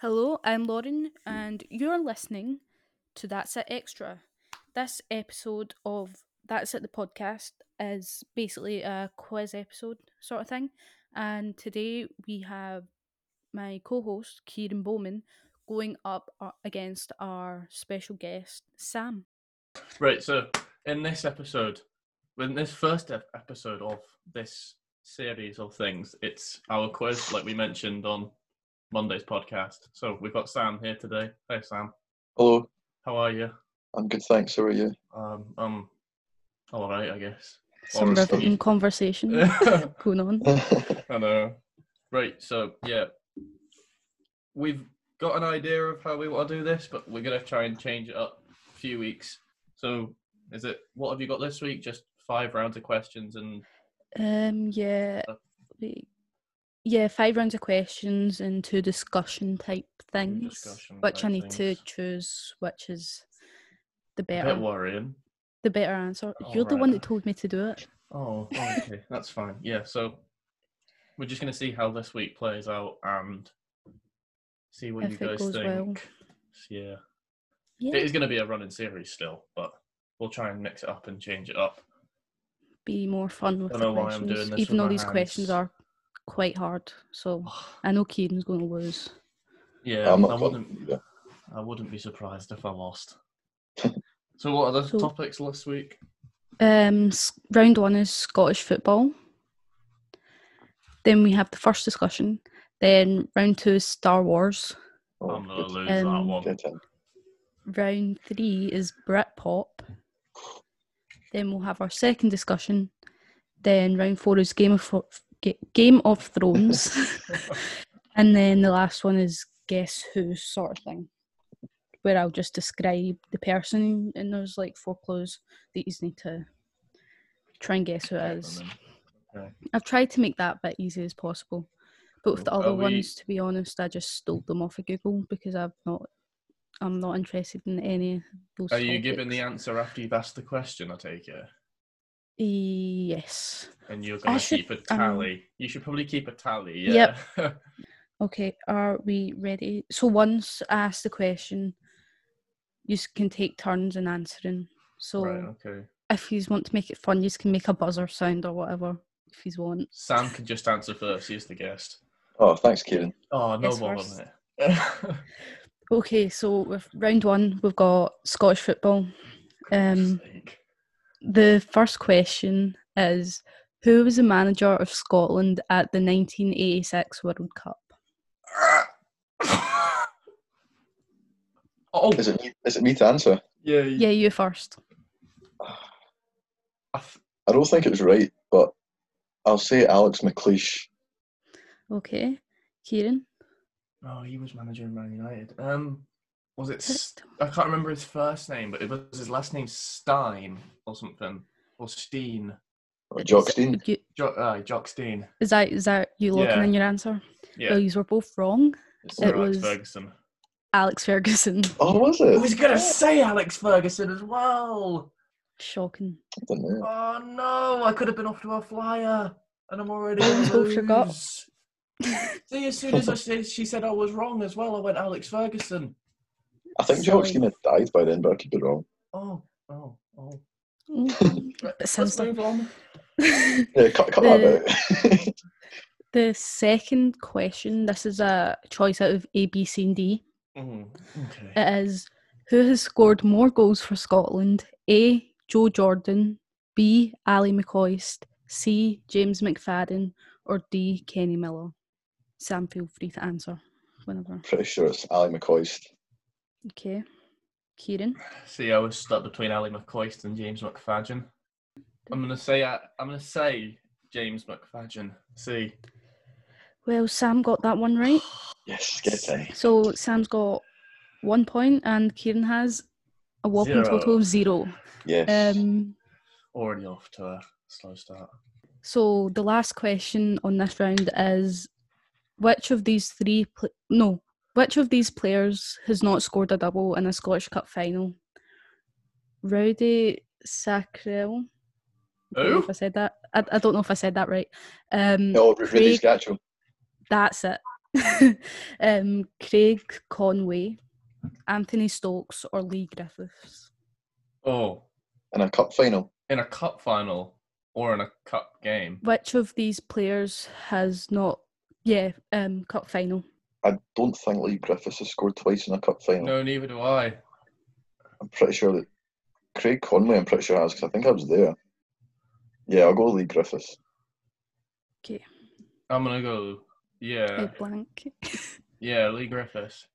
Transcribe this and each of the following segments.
Hello, I'm Lauren, and you're listening to That's It Extra. This episode of That's It the podcast is basically a quiz episode sort of thing, and today we have my co-host Kieran Bowman going up uh, against our special guest Sam. Right, so in this episode, in this first ep- episode of this series of things, it's our quiz, like we mentioned on Monday's podcast. So we've got Sam here today. Hey, Sam. Hello, How are you? I'm good, thanks. How are you? Um, I'm all right, I guess. Some Honestly. riveting conversation going on. I know. Right, so yeah, we've got an idea of how we want to do this, but we're gonna try and change it up a few weeks. So, is it what have you got this week? Just five rounds of questions, and Um, yeah, Uh, we- yeah, five rounds of questions and two discussion type things, discussion which I type need to things. choose which is the a bit better, worrying. the better answer. Oh, You're the one Alright. that told me to do it. Oh, okay, that's fine. Yeah, so we're just gonna see how this week plays out and see what If you it guys goes think. well. Yeah, Yeah, it is gonna be a running series still, but we'll try and mix it up and change it up. be more fun with Don't the know why I'm questions, doing this even with though my these questions hands. are quite hard. So I know Kieran's going to lose. Yeah, I'm I not wouldn't. fun either. I wouldn't be surprised if I lost. so, what are the So- topics last week? Um, s- round one is Scottish football. Then we have the first discussion. Then round two is Star Wars. Oh, I'm gonna good. lose Um, that one. Get in. round three is Britpop. Then we'll have our second discussion. Then round four is Game of Thro- Ga- Game of Thrones, and then the last one is Guess Who sort of thing, where I'll just describe the person and there's like four clues that you need to try and guess who it is. I've tried to make that bit easy as possible, but with the Cool. other Are we- ones, to be honest, I just stole them off of Google because I've not, I'm not interested in any of those. Are you giving the topics. answer after you've asked the question? I take it, Yes. and you're gonna should, keep a um, tally. you should probably keep a tally. Yeah. Yep. Okay. Are we ready? So once I ask the question, you can take turns in answering. So right. Okay. if you want to make it fun, you can make a buzzer sound or whatever if you want. Sam can just answer first. He's the guest. Oh, thanks, Kieran. Oh, no Yes, ball first. on it. Okay. So with round one, we've got Scottish football. Um, The first question is Who was the manager of Scotland at the 1986 World Cup? oh, Is it me, is it me to answer? yeah. Yeah, you first. I th- I don't think it was right, but I'll say Alex McLeish. Okay. Kieran? Oh, he was manager of Man United. Um, was it? S- Correct. I can't remember his first name, but it was his last name Stein or something, or Steen. Or Jock Is- Stein. you- Jo- uh, Jock Steen. Is that, is that you locking Yeah. in your answer? Yeah, Well, you were both wrong. it's Oh, it Sir Alex was- Ferguson. Alex Ferguson. Oh, was I it? was gonna say Alex Ferguson as well. Shocking. I don't know. Oh no, I could have been off to a flyer, and I'm already. Oh, gonna you forgot. lose. See, as soon as I said, she said I was wrong as well, I went Alex Ferguson. I think Jock Stein had died by then, but I could be wrong. Oh, oh, oh. Mm. Right, That sounds let's move on. Yeah, cut, cut that out. the second question this is a choice out of A, B, C, and D. Mm, okay. It is who has scored more goals for Scotland? A. Joe Jordan, B. Ali McCoist, C. James McFadden, or D. Kenny Miller. Sam, feel free to answer whenever. Pretty sure it's Ali McCoist. Okay. Kieran. See, I was stuck between Ali McCoist and James McFadden. I'm gonna say I, I'm gonna say James McFadden. See, Well, Sam got that one right. Yes, get in. So Sam's got one point, and Kieran has a whopping Zero. total of zero. Yes. Um, already off to a slow start. So the last question on this round is which of these three pl- no which of these players has not scored a double in a Scottish Cup final? Rowdy Sackrell. I don't know Oh, if I said that. I, I don't know if I said that right. Um, oh, Ridley Craig- Scatchell. that's it. um, Craig Conway, Anthony Stokes, or Lee Griffiths. Oh, in a cup final. in a cup final or in a cup game. Which of these players has not? Yeah, um, cup final. I don't think Lee Griffiths has scored twice in a cup final. No, neither do I. I'm pretty sure that Craig Conway. I'm pretty sure has because I think I was there. Yeah, I'll go Lee Griffiths. I'm gonna go. Yeah, Big blank. yeah, Lee Griffiths.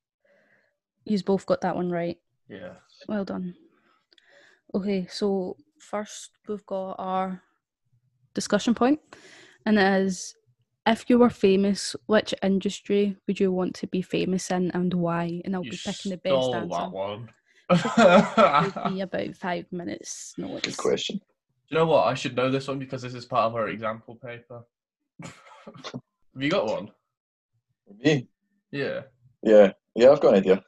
You've both got that one right. Yeah. Well done. Okay, so first we've got our discussion point, and it is if you were famous, which industry would you want to be famous in and why? And I'll you be picking Oh, the best stole answer. that Give one. Do me about five minutes. No, it's Good question. you know what? I should know this one because this is part of our example paper. Have you got one? Me? Yeah. Yeah, yeah, I've got an idea.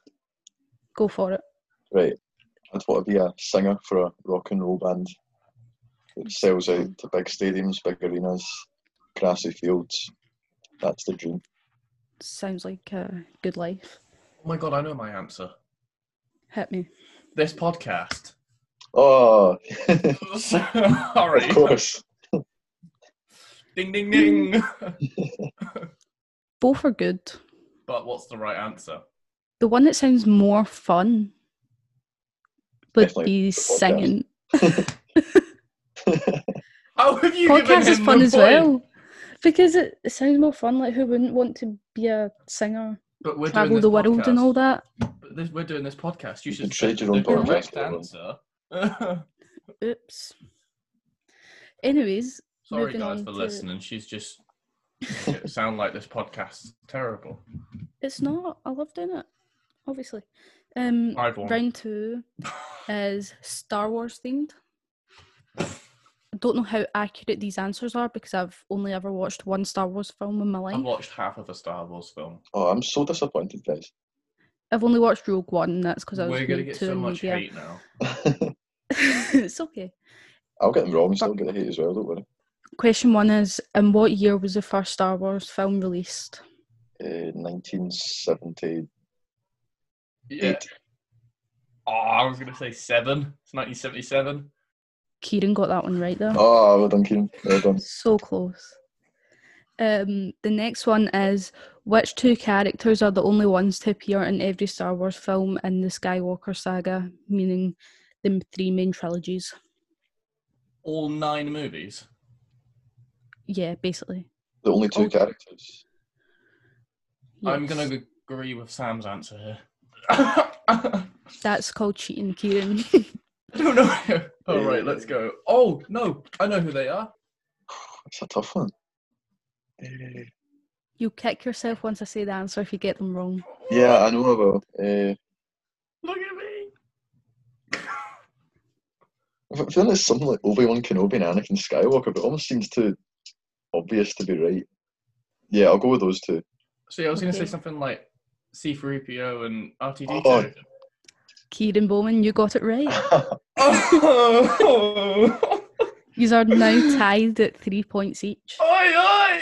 Go for it. Right, I'd want to be a singer for a rock and roll band that sells out to big stadiums, big arenas, grassy fields. That's the dream. Sounds like a good life. Oh my god, I know my answer. Hit me. This podcast. Oh, Sorry. of course. Ding ding ding. Both are good. but what's the right answer? The one that sounds more fun would Definitely be podcast. singing. How have you given podcast is him fun the as point? well because it, it sounds more fun. Like, who wouldn't want to be a singer, But we're travel doing the this world, and podcast. all that? But this, we're doing this podcast. You You should can trade pick your own the correct podcast, answer. Oops. Anyways, Sorry, Moving guys, on for to- listening. She's just making it sound like this podcast's terrible. it's not. I love doing it, obviously. Um, I've won. round two is Star Wars themed. I don't know how accurate these answers are because I've only ever watched one Star Wars film in my life. I've watched half of a Star Wars film. Oh, I'm so disappointed, guys. I've only watched Rogue One. and That's because I was We're gonna new get to so much media. hate now. it's okay. I'll get them wrong, so I'll get the hate as well, don't worry. Question one is: In what year was the first Star Wars film released? Uh, 1978. Yeah. Oh, I was gonna say seven. It's 1977. Kieran got that one right there. Oh, well done, Kieran. Well done. So close. Um, the next one is which two characters are the only ones to appear in every Star Wars film in the Skywalker saga, meaning the m- three main trilogies? All nine movies. Yeah, basically. The only two Oh. characters. I'm Yes. gonna g- agree with Sam's answer here. I That's called cheating, Kieran. don't know. All right, let's go. Oh no, I know who they are. It's a tough one. Eh, You'll kick yourself once I say the answer if you get them wrong. yeah, I know I will. Uh, Look at me. I feel like it's something like Obi Wan Kenobi and Anakin Skywalker, but it almost seems too obvious to be right. Yeah, I'll go with those two. See, I was gonna say Okay. something like C3PO and RTD2. Oh. Kieran Bowman, you got it right. Oh. These are now tied at three points each. Oi, oi!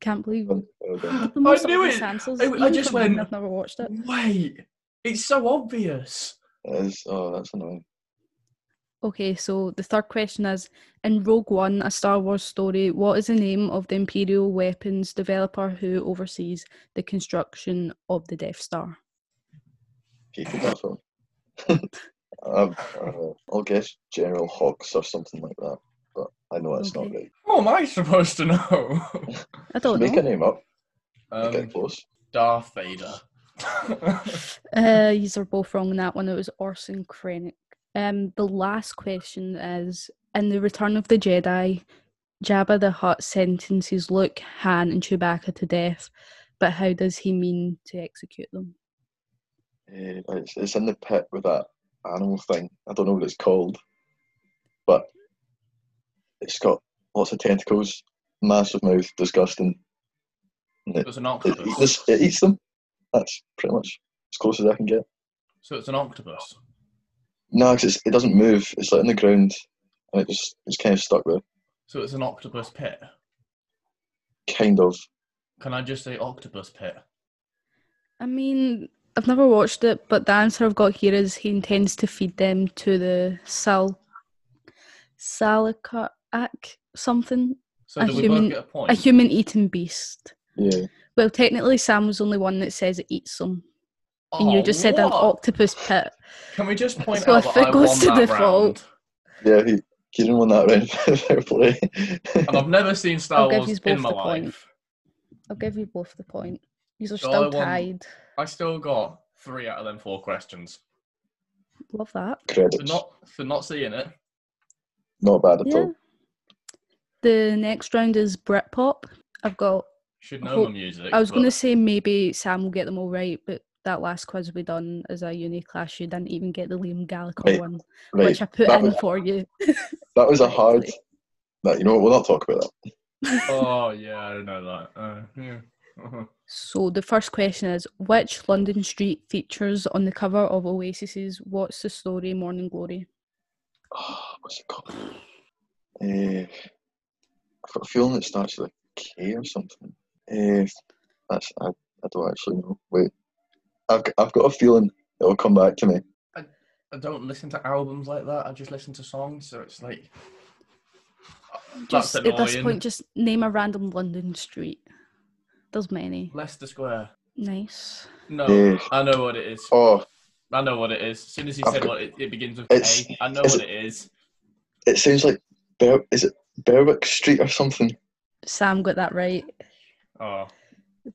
Can't believe Well done. the most knew obvious it. answers. I- I even just for me, went- I've never watched it. Wait, it's so obvious. That is, oh, that's annoying. Okay, so the third question is In Rogue One, a Star Wars story, what is the name of the Imperial weapons developer who oversees the construction of the Death Star? Hated that film. um, uh, I'll guess General Hawks or something like that, but I know that's not Okay. right. How am I supposed to know? I don't Make a know. name up. You Um, get close. Darth Vader. Uh, these are both wrong on that one. It was Orson Krennic. Um, the last question is In The Return of the Jedi, Jabba the Hutt sentences Luke, Han, and Chewbacca to death, but how does he mean to execute them? Eh, it's, it's in the pit with that animal thing. I don't know what it's called, but it's got lots of tentacles, massive mouth, disgusting. There's an It, octopus. eats, it eats them. That's pretty much as close as I can get. So it's an octopus. No, 'cause it's it doesn't move. It's like in the ground, and it just it's kind of stuck there. So it's an octopus pit. Kind of. Can I just say octopus pit? I mean, I've never watched it, but the answer I've got here is he intends to feed them to the sal salicac something, So A do we human- both get a point? a human-eating beast. Yeah. Well, technically, Sam was the only one that says it eats them, and Oh, you just said an what? octopus pit. Can we just point So out if that I it won goes to that default- round? Yeah, he Kieran won that round fair play. And I've never seen Star I'll give Wars yous in both my the point. life. I'll give you both the point. These are So I still won. tied. I still got three out of them four questions. Love that. For Credits. Not, not for not seeing it. bad at Yeah. all. The next round is Britpop. I've got. Should I know hope- the music. Oh, I was but going to say maybe Sam will get them all right, but that last quiz we done as a uni class, you didn't even get the Liam Gallagher Right. one, Right. which I put that in was- for you. That was a Right, hard. like- No, you know what? We'll not talk about that. Oh yeah, I don't know that. Uh, yeah. So the first question is: Which London street features on the cover of Oasis's "What's the Story, Morning Glory"? Oh, what's it called? Uh, I've got a feeling it starts with a K or something. Uh, that's I, I don't actually know. Wait, I've, g- I've got a feeling it'll come back to me. I don't listen to albums like that. I just listen to songs, so it's like Just that's at annoying. this point, just name a random London street. There's many. Leicester Square. Nice. No, Yeah. I know what it is. Eh, Oh, I know what it is. As soon as you I've said got- what it, it begins with It's- K, I know is what it is. it sounds like Ber- is it Berwick Street or something? Sam got that right. Oh,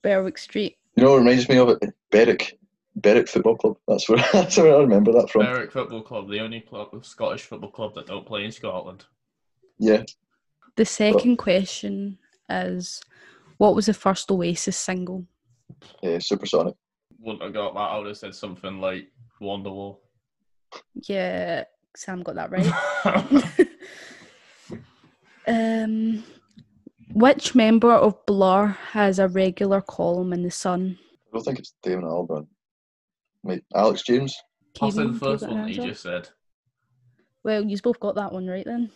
Berwick Street. You know, what reminds me of it. Berwick, Berwick Football Club. That's where that's where I remember that from. Berwick Football Club, the only club, Scottish football club that don't play in Scotland. Yeah, The second question is: What was the first Oasis single? yeah, Eh, Supersonic. Wouldn't have got that. I would have said something like Wonderwall. Yeah, Sam got that right. um, which member of Blur has a regular column in the Sun? I don't think it's Damon Albarn. Mate, Alex James. I'll say Kieran, the do you first got an one that you answer? just said. Well, you both got that one right then.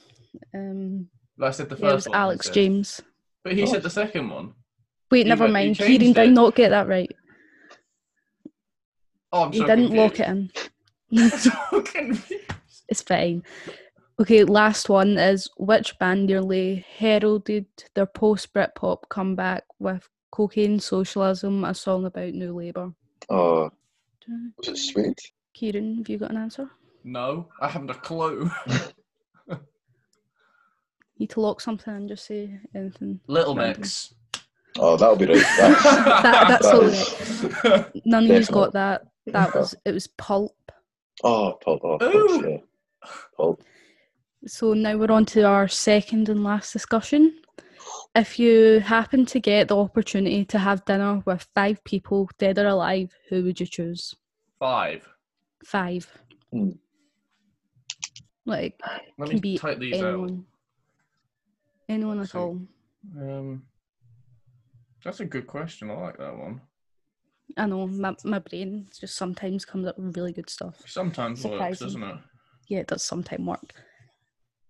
Um, I said the first yeah, it was one. that you Alex said. James. But he Oh. said the second one. Wait, You never went- you mind. changed Kieran it. did not get that right. Oh, I'm He so didn't lock it confused. in. so confused. It's fine. Okay, last one is which band nearly heralded their post Britpop comeback with Cocaine Socialism, a song about New Labour? Oh, was it Sweet? Kieran, have you got an answer? No, I haven't a clue. Need to lock something and just say anything. Little Random. Mix. Oh, that'll be right. That's, that's all it. None of you's Definitely. got that. That was it was pulp. oh, Paul. Oh, Paul's, Ooh. yeah. Paul. So now we're on to our second and last discussion. If you happen to get the opportunity to have dinner with five people, dead or alive, who would you choose? Five. Five. Hmm. Like Let Can me be type these out. anyone. Anyone Let's at see. all. Um, that's a good question. I like that one. I know my my brain just sometimes comes up with really good stuff. Sometimes works, Surprising. doesn't it? Yeah, it does sometimes work.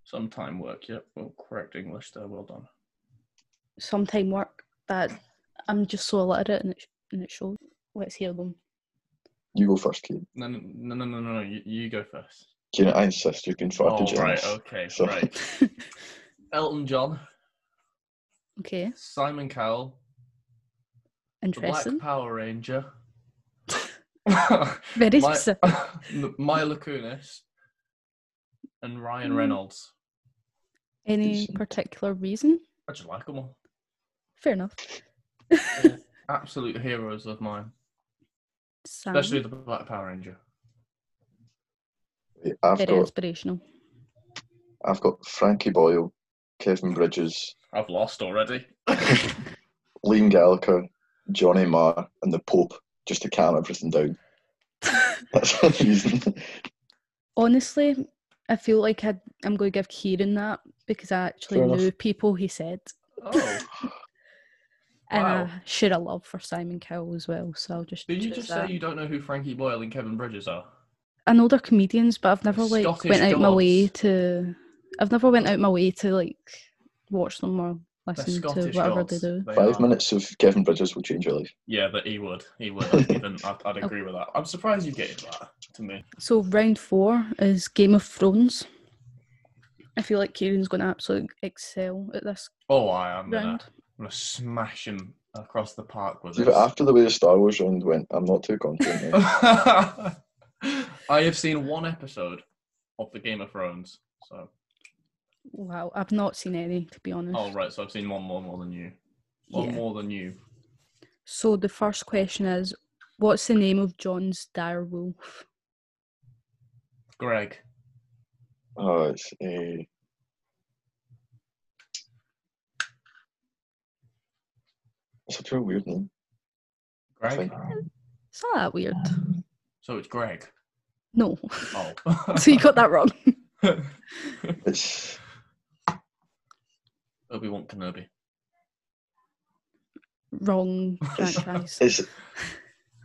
Sometime work. Yep. Well, correct English there. Well done. Sometime work that I'm just so illiterate and it sh- and it shows. Let's hear them. You go first, Kieran. No, no, no, no, no. no. You, you go first. Kieran, I insist you've been fucking Oh, right. generous. Okay. So- Right. Elton John, okay, Simon Cowell, the Black interesting. Power Ranger. Very My- specific. Mila Kunis and Ryan Hmm. Reynolds. Any Decent. particular reason? I just like them all. Fair enough. Absolute heroes of mine, Sam, especially the Black Power Ranger. Wait, I've very got inspirational. I've got Frankie Boyle, Kevin Bridges, I've lost already. Liam Gallagher, Johnny Marr, and the Pope, just to calm everything down. That's one reason. Honestly, I feel like i I'm going to give Kieran that because I actually Fair enough. knew people he said. oh, And Wow. I share a love for Simon Cowell as well, so I'll just. did you choose just that. say you don't know who Frankie Boyle and Kevin Bridges are? I know they're comedians, but I've never like Scottish went out my way gods. to. I've never went out my way to like watch them or The listen to Scottish whatever odds, they do. are. Five minutes of Kevin Bridges will change your life. Yeah, but he would. He would. I'd, even, I'd, I'd Oh. agree with that. I'm surprised you gave that to me. So round four is Game of Thrones. I feel like Kieran's going to absolutely excel at this Oh, I am. Gonna, round. I'm gonna smash him across the park with See, it. but after the way the Star Wars round went, I'm not too confident. now. I have seen one episode of the Game of Thrones. So, Wow, I've not seen any to be honest. oh right, so I've seen one more more than you. One Yeah. more than you. So the first question is, what's the name of John's dire wolf? Greg. oh, it's uh, such a weird name. I Greg. think. It's not that weird. So it's Greg. No, Oh. so you got that wrong. It's Obi Wan Kenobi. wrong franchise. it's.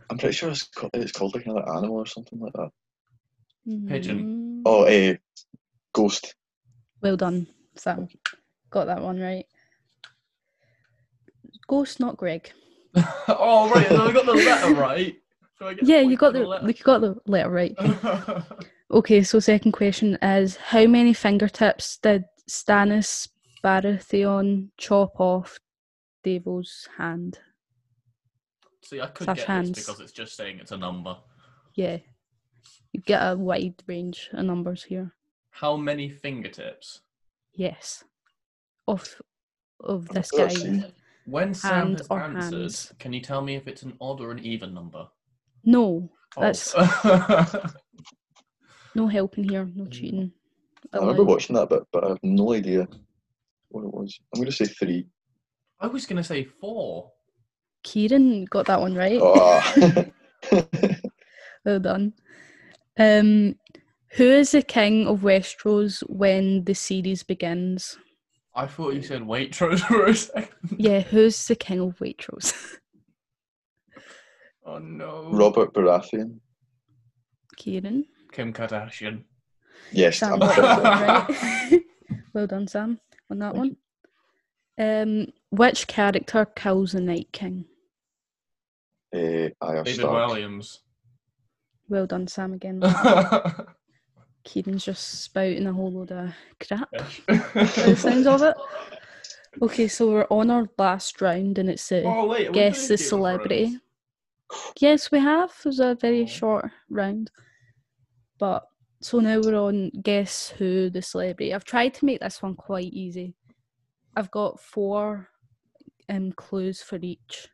I'm pretty sure it's called, it's called like another animal or something like that. Mm, pigeon. Oh, a ghost. Well done, Sam. Got that one right. Ghost, not Greg. oh right, so I got the letter right. Do I get a Yeah, you got point for the you got the letter right. letter? Okay, so second question is how many fingertips did Stannis Baratheon chop off Devo's hand? See, I could Slash get hands. this because it's just saying it's a number. Yeah. You get a wide range of numbers here. How many fingertips? Yes. Of of I've this got guy. some. When Sam Hand has or answered, hands. can you tell me if it's an odd or an even number? No, Oh. That's- no helping here, no cheating. Mm. I remember Allowed. watching that bit, but I have no idea what it was. I'm gonna say three. I was gonna say four. Kieran got that one right. Oh. Well done. Um who is the king of Westeros when the series begins? I thought you said Waitrose for a second. Yeah, who's the king of Waitrose? Oh no. Robert Baratheon. Kieran. Kim Kardashian. Yes, Sam I'm got that sure. one right. well done, Sam, on that one. Um, which character kills the Night King? Uh, Arya David Stark. Williams. Well done, Sam again. Yes. Kieran's just spouting a whole load of crap. by the sounds of it. Okay, so we're on our last round, and it's a Oh wait, are we guess the doing Game of celebrity. Thrones? Yes, we have. It was a very Oh. short round, but so now we're on guess who the celebrity. I've tried to make this one quite easy. I've got four um, clues for each.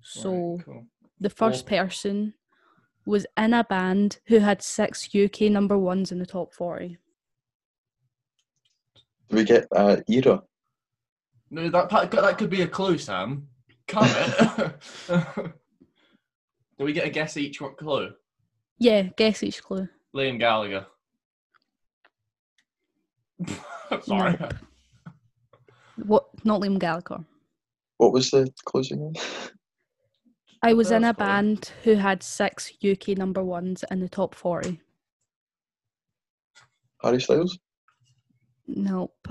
So Right, cool. the first Four. person was in a band who had six UK number ones in the top forty. Do we get uh, era? No, that pa- that could be a clue, Sam. Come it. Do we get a guess each what clue? Yeah, guess each clue. Liam Gallagher. Sorry. What? Not Liam Gallagher. What was the closing one? I was in a First clue. band who had six UK number ones in the top forty. Harry Styles? Nope.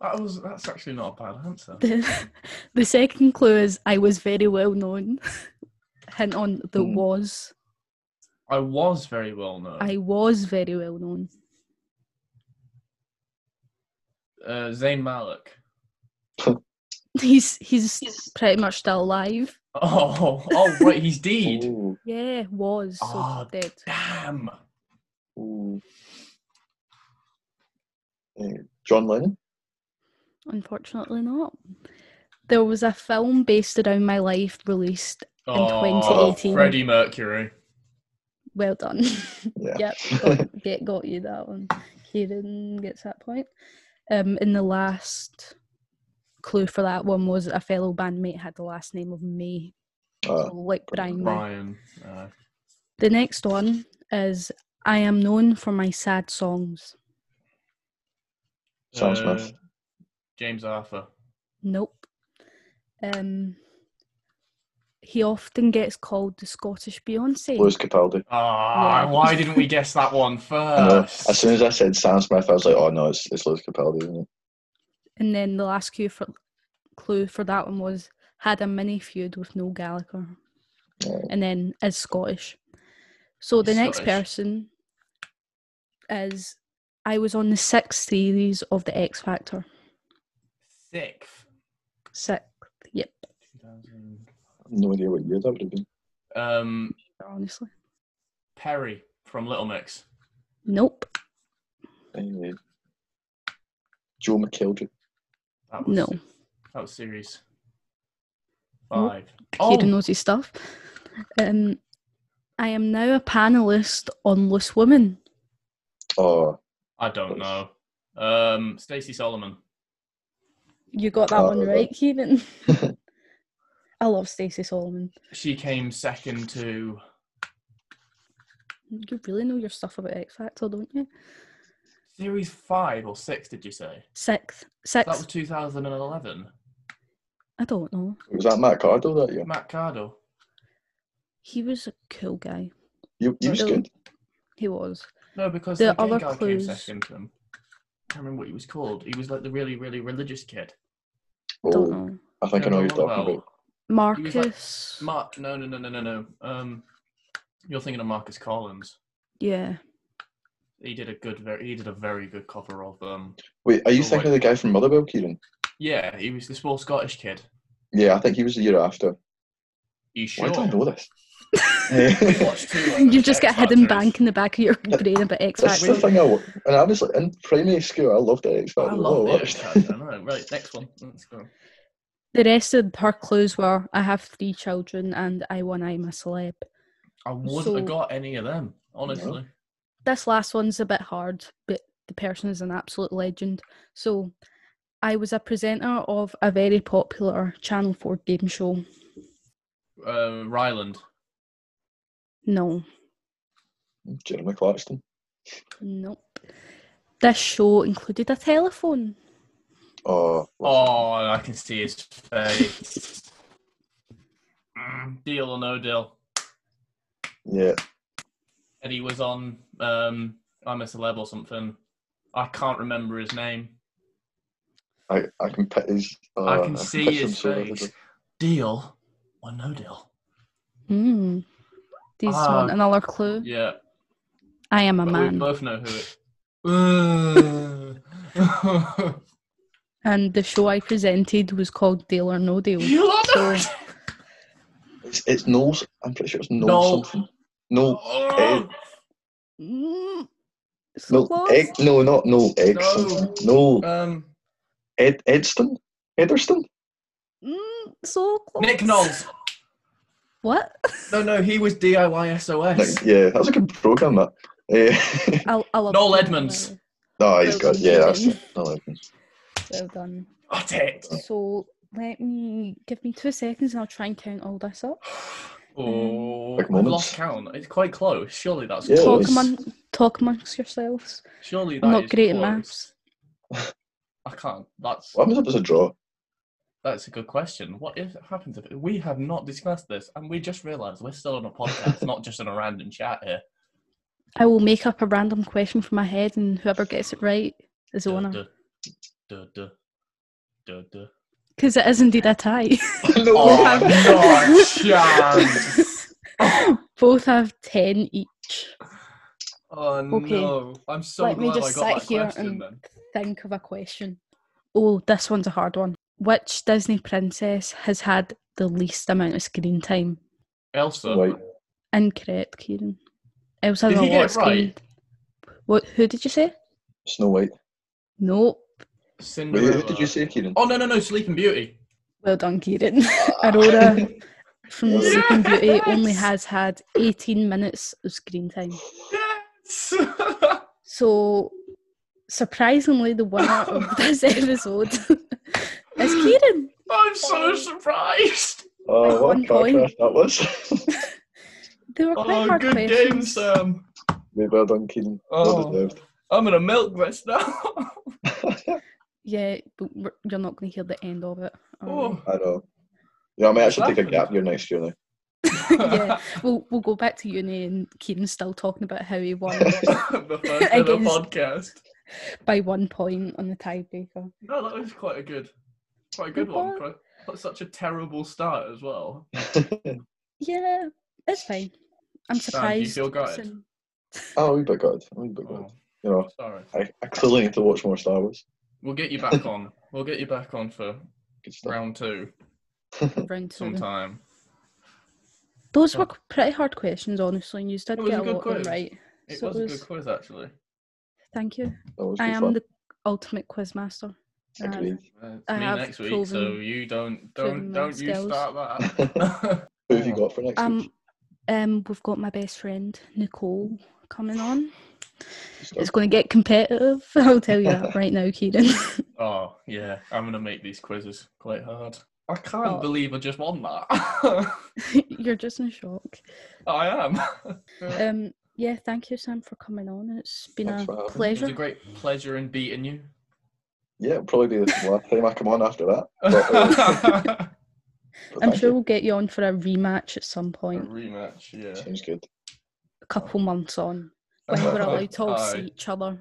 That was that's actually not a bad answer. The, the second clue is I was very well known. Hint on the Hmm. was. I was very well known. I was very well known. Uh, Zayn Malik. He's he's pretty much still alive. Oh, oh, right, he's deed. Oh, Yeah, was so Ah, dead. Damn. oh. Uh, John Lennon? Unfortunately, not. There was a film based around my life released. Oh, 2018. Freddie Mercury. Well done. Yeah. yep, got, get got you that one. Kieran gets that point. Um, and the last clue for that one was a fellow bandmate had the last name of May, Uh, so like Brian May. Brian. Uh, The next one is I am known for my sad songs. Sam uh, Smith. James Arthur. Nope. Um, he often gets called the Scottish Beyonce. Louis Capaldi. Ah, Yeah. why didn't we guess that one I know. first? Uh, As soon as I said Sam Smith, I was like, oh no, it's, it's Louis Capaldi, isn't it? And then the last clue for clue for that one was had a mini feud with Noel Gallagher, Right. and then is Scottish. So the He's next Scottish. person is I was on the sixth series of the X Factor. Sixth. Sixth, yep. 2000. I've no idea what year that would have been. Um, Honestly, Perry from Little Mix. nope. Uh, Joe McKeldrick. That was No. That was series Hmm? Nope. five. Kieran knows his stuff. Um, I am now a panelist on Loose Women. Oh, I don't know. Um, Stacey Solomon. You got that Oh, one yeah. right, Kieran. I love Stacey Solomon. She came second to. You really know your stuff about X Factor, don't you? Series five or six, did you say? Sixth, That was sixth. 2011. I don't know. was that Matt Cardo that year? Matt Cardo. He was a cool guy. You, he was No. good. He was. No, because The the, other gay guy clues- came second to him. I can't remember what he was called. He was like the really, really religious kid. Don't Oh, know. I think I know who you're Don't know talking about. was like- Marcus. Mark. No, no, no, no, no, no. Um, you're thinking of Marcus Collins. yeah. He did a good, very. He did a very good cover of. Um, Wait, are you Oh, thinking of the guy from Motherwell, Kieran? yeah, he was the small Scottish kid. Yeah, I think he was the year after. You Why sure? do I know this? We've Eh, watched two, like, You've those just got X a hidden Factors. bank in the back of your brain about X That's the Factor. thing I wa- and I was like, in primary school. I loved it. It's like, I oh, love what? the X Factor. I know. Right, next one. Let's go. The rest of her clues were I have three children and I one I'm a celeb. I wouldn't So- have got any of them, honestly. This last one's a bit hard, but the person is an absolute legend. So I was a presenter of a very popular Channel 4 game show. Uh, Ryland. No. Jeremy Clarkson. Nope. This show included a telephone. Oh, what's Oh, I can see his face. Mm, deal or no deal. his- yeah. And he was on um, I'm a Celeb or something. I can't remember his name. I, I can pit his. Uh, I can see picture him his so vividly. face. Deal or no deal. Hmm. These Ah. want another clue. Yeah, I am a Um, but we man. both know who it. Uh, And the show I presented was called Deal or No Deal. Deal or no. So- It's, it's Knowles. I'm pretty sure it's Knowles No. something. No, Oh, Mm, so no, close. egg, no, not no, egg, something. no, um, Ed, Edston, Ederston. Mm, so close. Nick Knowles. What? No, no, he was DIY SOS. Like, yeah, that's a good program. That. Eh, I, I love Noel Deal or Edmonds. No Deal. no, Oh, he's Well got yeah, that's done. it. Oh. No, I think- Well done. Got it. So let me give me two seconds and I'll try and count all this up. Oh, Quick I've moments. lost count. It's quite close. Surely that's Yeah, it Talk, close. is. among, talk amongst yourselves. Surely that I'm not is great at close. maths. I can't. That's What happens if it's a draw? that's a good question. What if happens if we have not discussed this and we just realised we're still on a podcast, not just on a random chat here? I will make up a random question from my head, and whoever gets it right is the Duh, winner. duh, duh, duh, duh, duh. Because it is indeed a tie. no, Oh, have- no chance. Both have ten each. Oh no! I'm so Let me glad just I got sit that here question and- then. Think of a question. Oh, this one's a hard one. Which Disney princess has had the least amount of screen time? Elsa. right. Incorrect, Kieran. Elsa Did has he a get lot it of screen. What? Who did you say? Snow White. Nope. Wait, Cinderella. who did you say, Kieran? Oh no no no! Sleeping Beauty. Well done, Kieran. Aurora from Yes. Sleeping Beauty only has had 18 minutes of screen time. Yes. So, surprisingly, the winner of this episode is Kieran. Oh. I'm so surprised. Oh, what One a car point. crash that was. They were quite Oh, hard good questions. game, Sam. Wait, well done, Kieran. Well Oh. deserved. I'm gonna milk this now. Yeah, but we're- you're not going to hear the end of it. Um, are you? oh. I know. Yeah, I might actually take a Happened. gap year next year now. yeah, we'll we'll go back to uni and Kieran's still talking about how he won the first ever Against- podcast. by one point on the tiebreaker. No, that was quite a good. Quite a good one. What? Quite, quite such a terrible start as well. Yeah, it's fine. I'm Sam, do you surprised. feel gutted? it's in- oh, a wee bit good. A wee bit good. Oh, You know, sorry. I, I clearly need to watch more Star Wars. We'll get you back on. We'll get you back on for Good stuff. round two round two. sometime. Those Yeah. were pretty hard questions, honestly, and you did It was get a a good lot of them quiz. right. It So was it a was- good quiz actually. Thank you. That was I good am fun. the ultimate quiz master. Um, Agreed. Uh, it's I me have next week, so proven- you don't proven don't my don't you skills. start that. Who have you got for next um, week? um, we've got my best friend Nicole coming on. Good stuff. It's going to get competitive. I'll tell you that right now, Kieran. oh yeah, I'm gonna make these quizzes quite hard. I can't Oh. believe I just won that. You're just in shock. I am. it Um, yeah, thank you, Sam, for coming on. It's been Thanks a for having me. was a pleasure. great pleasure in beating you. Yeah, it'll probably be the last time I come on after that. But, uh, a but I'm thank sure you. we'll get you on for a rematch at some point, rematch, yeah. Sounds good. a couple months on, when we're allowed to all see each other.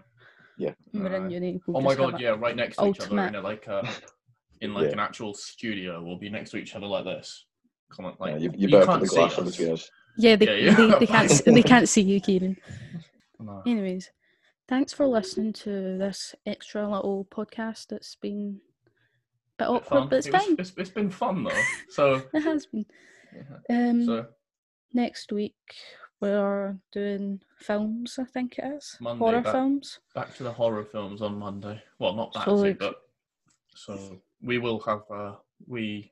Yeah. When we're in Aye. uni. we'll Oh my just have god, a- yeah, right next to each other in ultimate- a, like a, in like Yeah. an actual studio. We'll be next to each other like this. Come on, like yeah, you, you you better put can't the see glass in us. between us. Yeah, they, Yeah, yeah. They, they can't s- they can't see you, Kieran. No. Anyways, thanks for listening to this extra little podcast. It's been a bit Bit awkward, fun. but it's It was- fine. it's- it's been fun though. So, It has been. yeah. Um, so next week we're doing films. I think it is Monday, horror that- films. back to the horror films on Monday. Well, not back So, to, like- but so we will have uh, we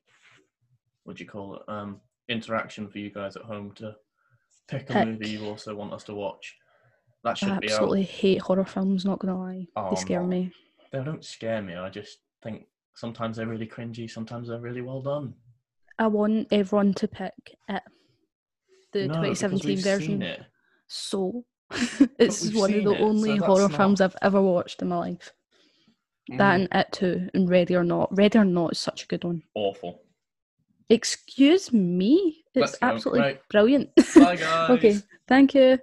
what do you call it um interaction for you guys at home to pick a Pick. movie you also want us to watch. That should I be out. absolutely hate horror films. Not gonna lie, Oh, they scare no. me. They don't scare me. I just think sometimes they're really cringy. Sometimes they're really well done. I want everyone to pick it. The No, because 2017 we've version. seen it. So it's we've one of seen the it, so only that's horror not- films I've ever watched in my life. That Mm, and It Too and Ready or Not. Ready or Not is such a good one. awful. Excuse me, it's Let's go. absolutely Right. brilliant. Bye guys. okay, thank you.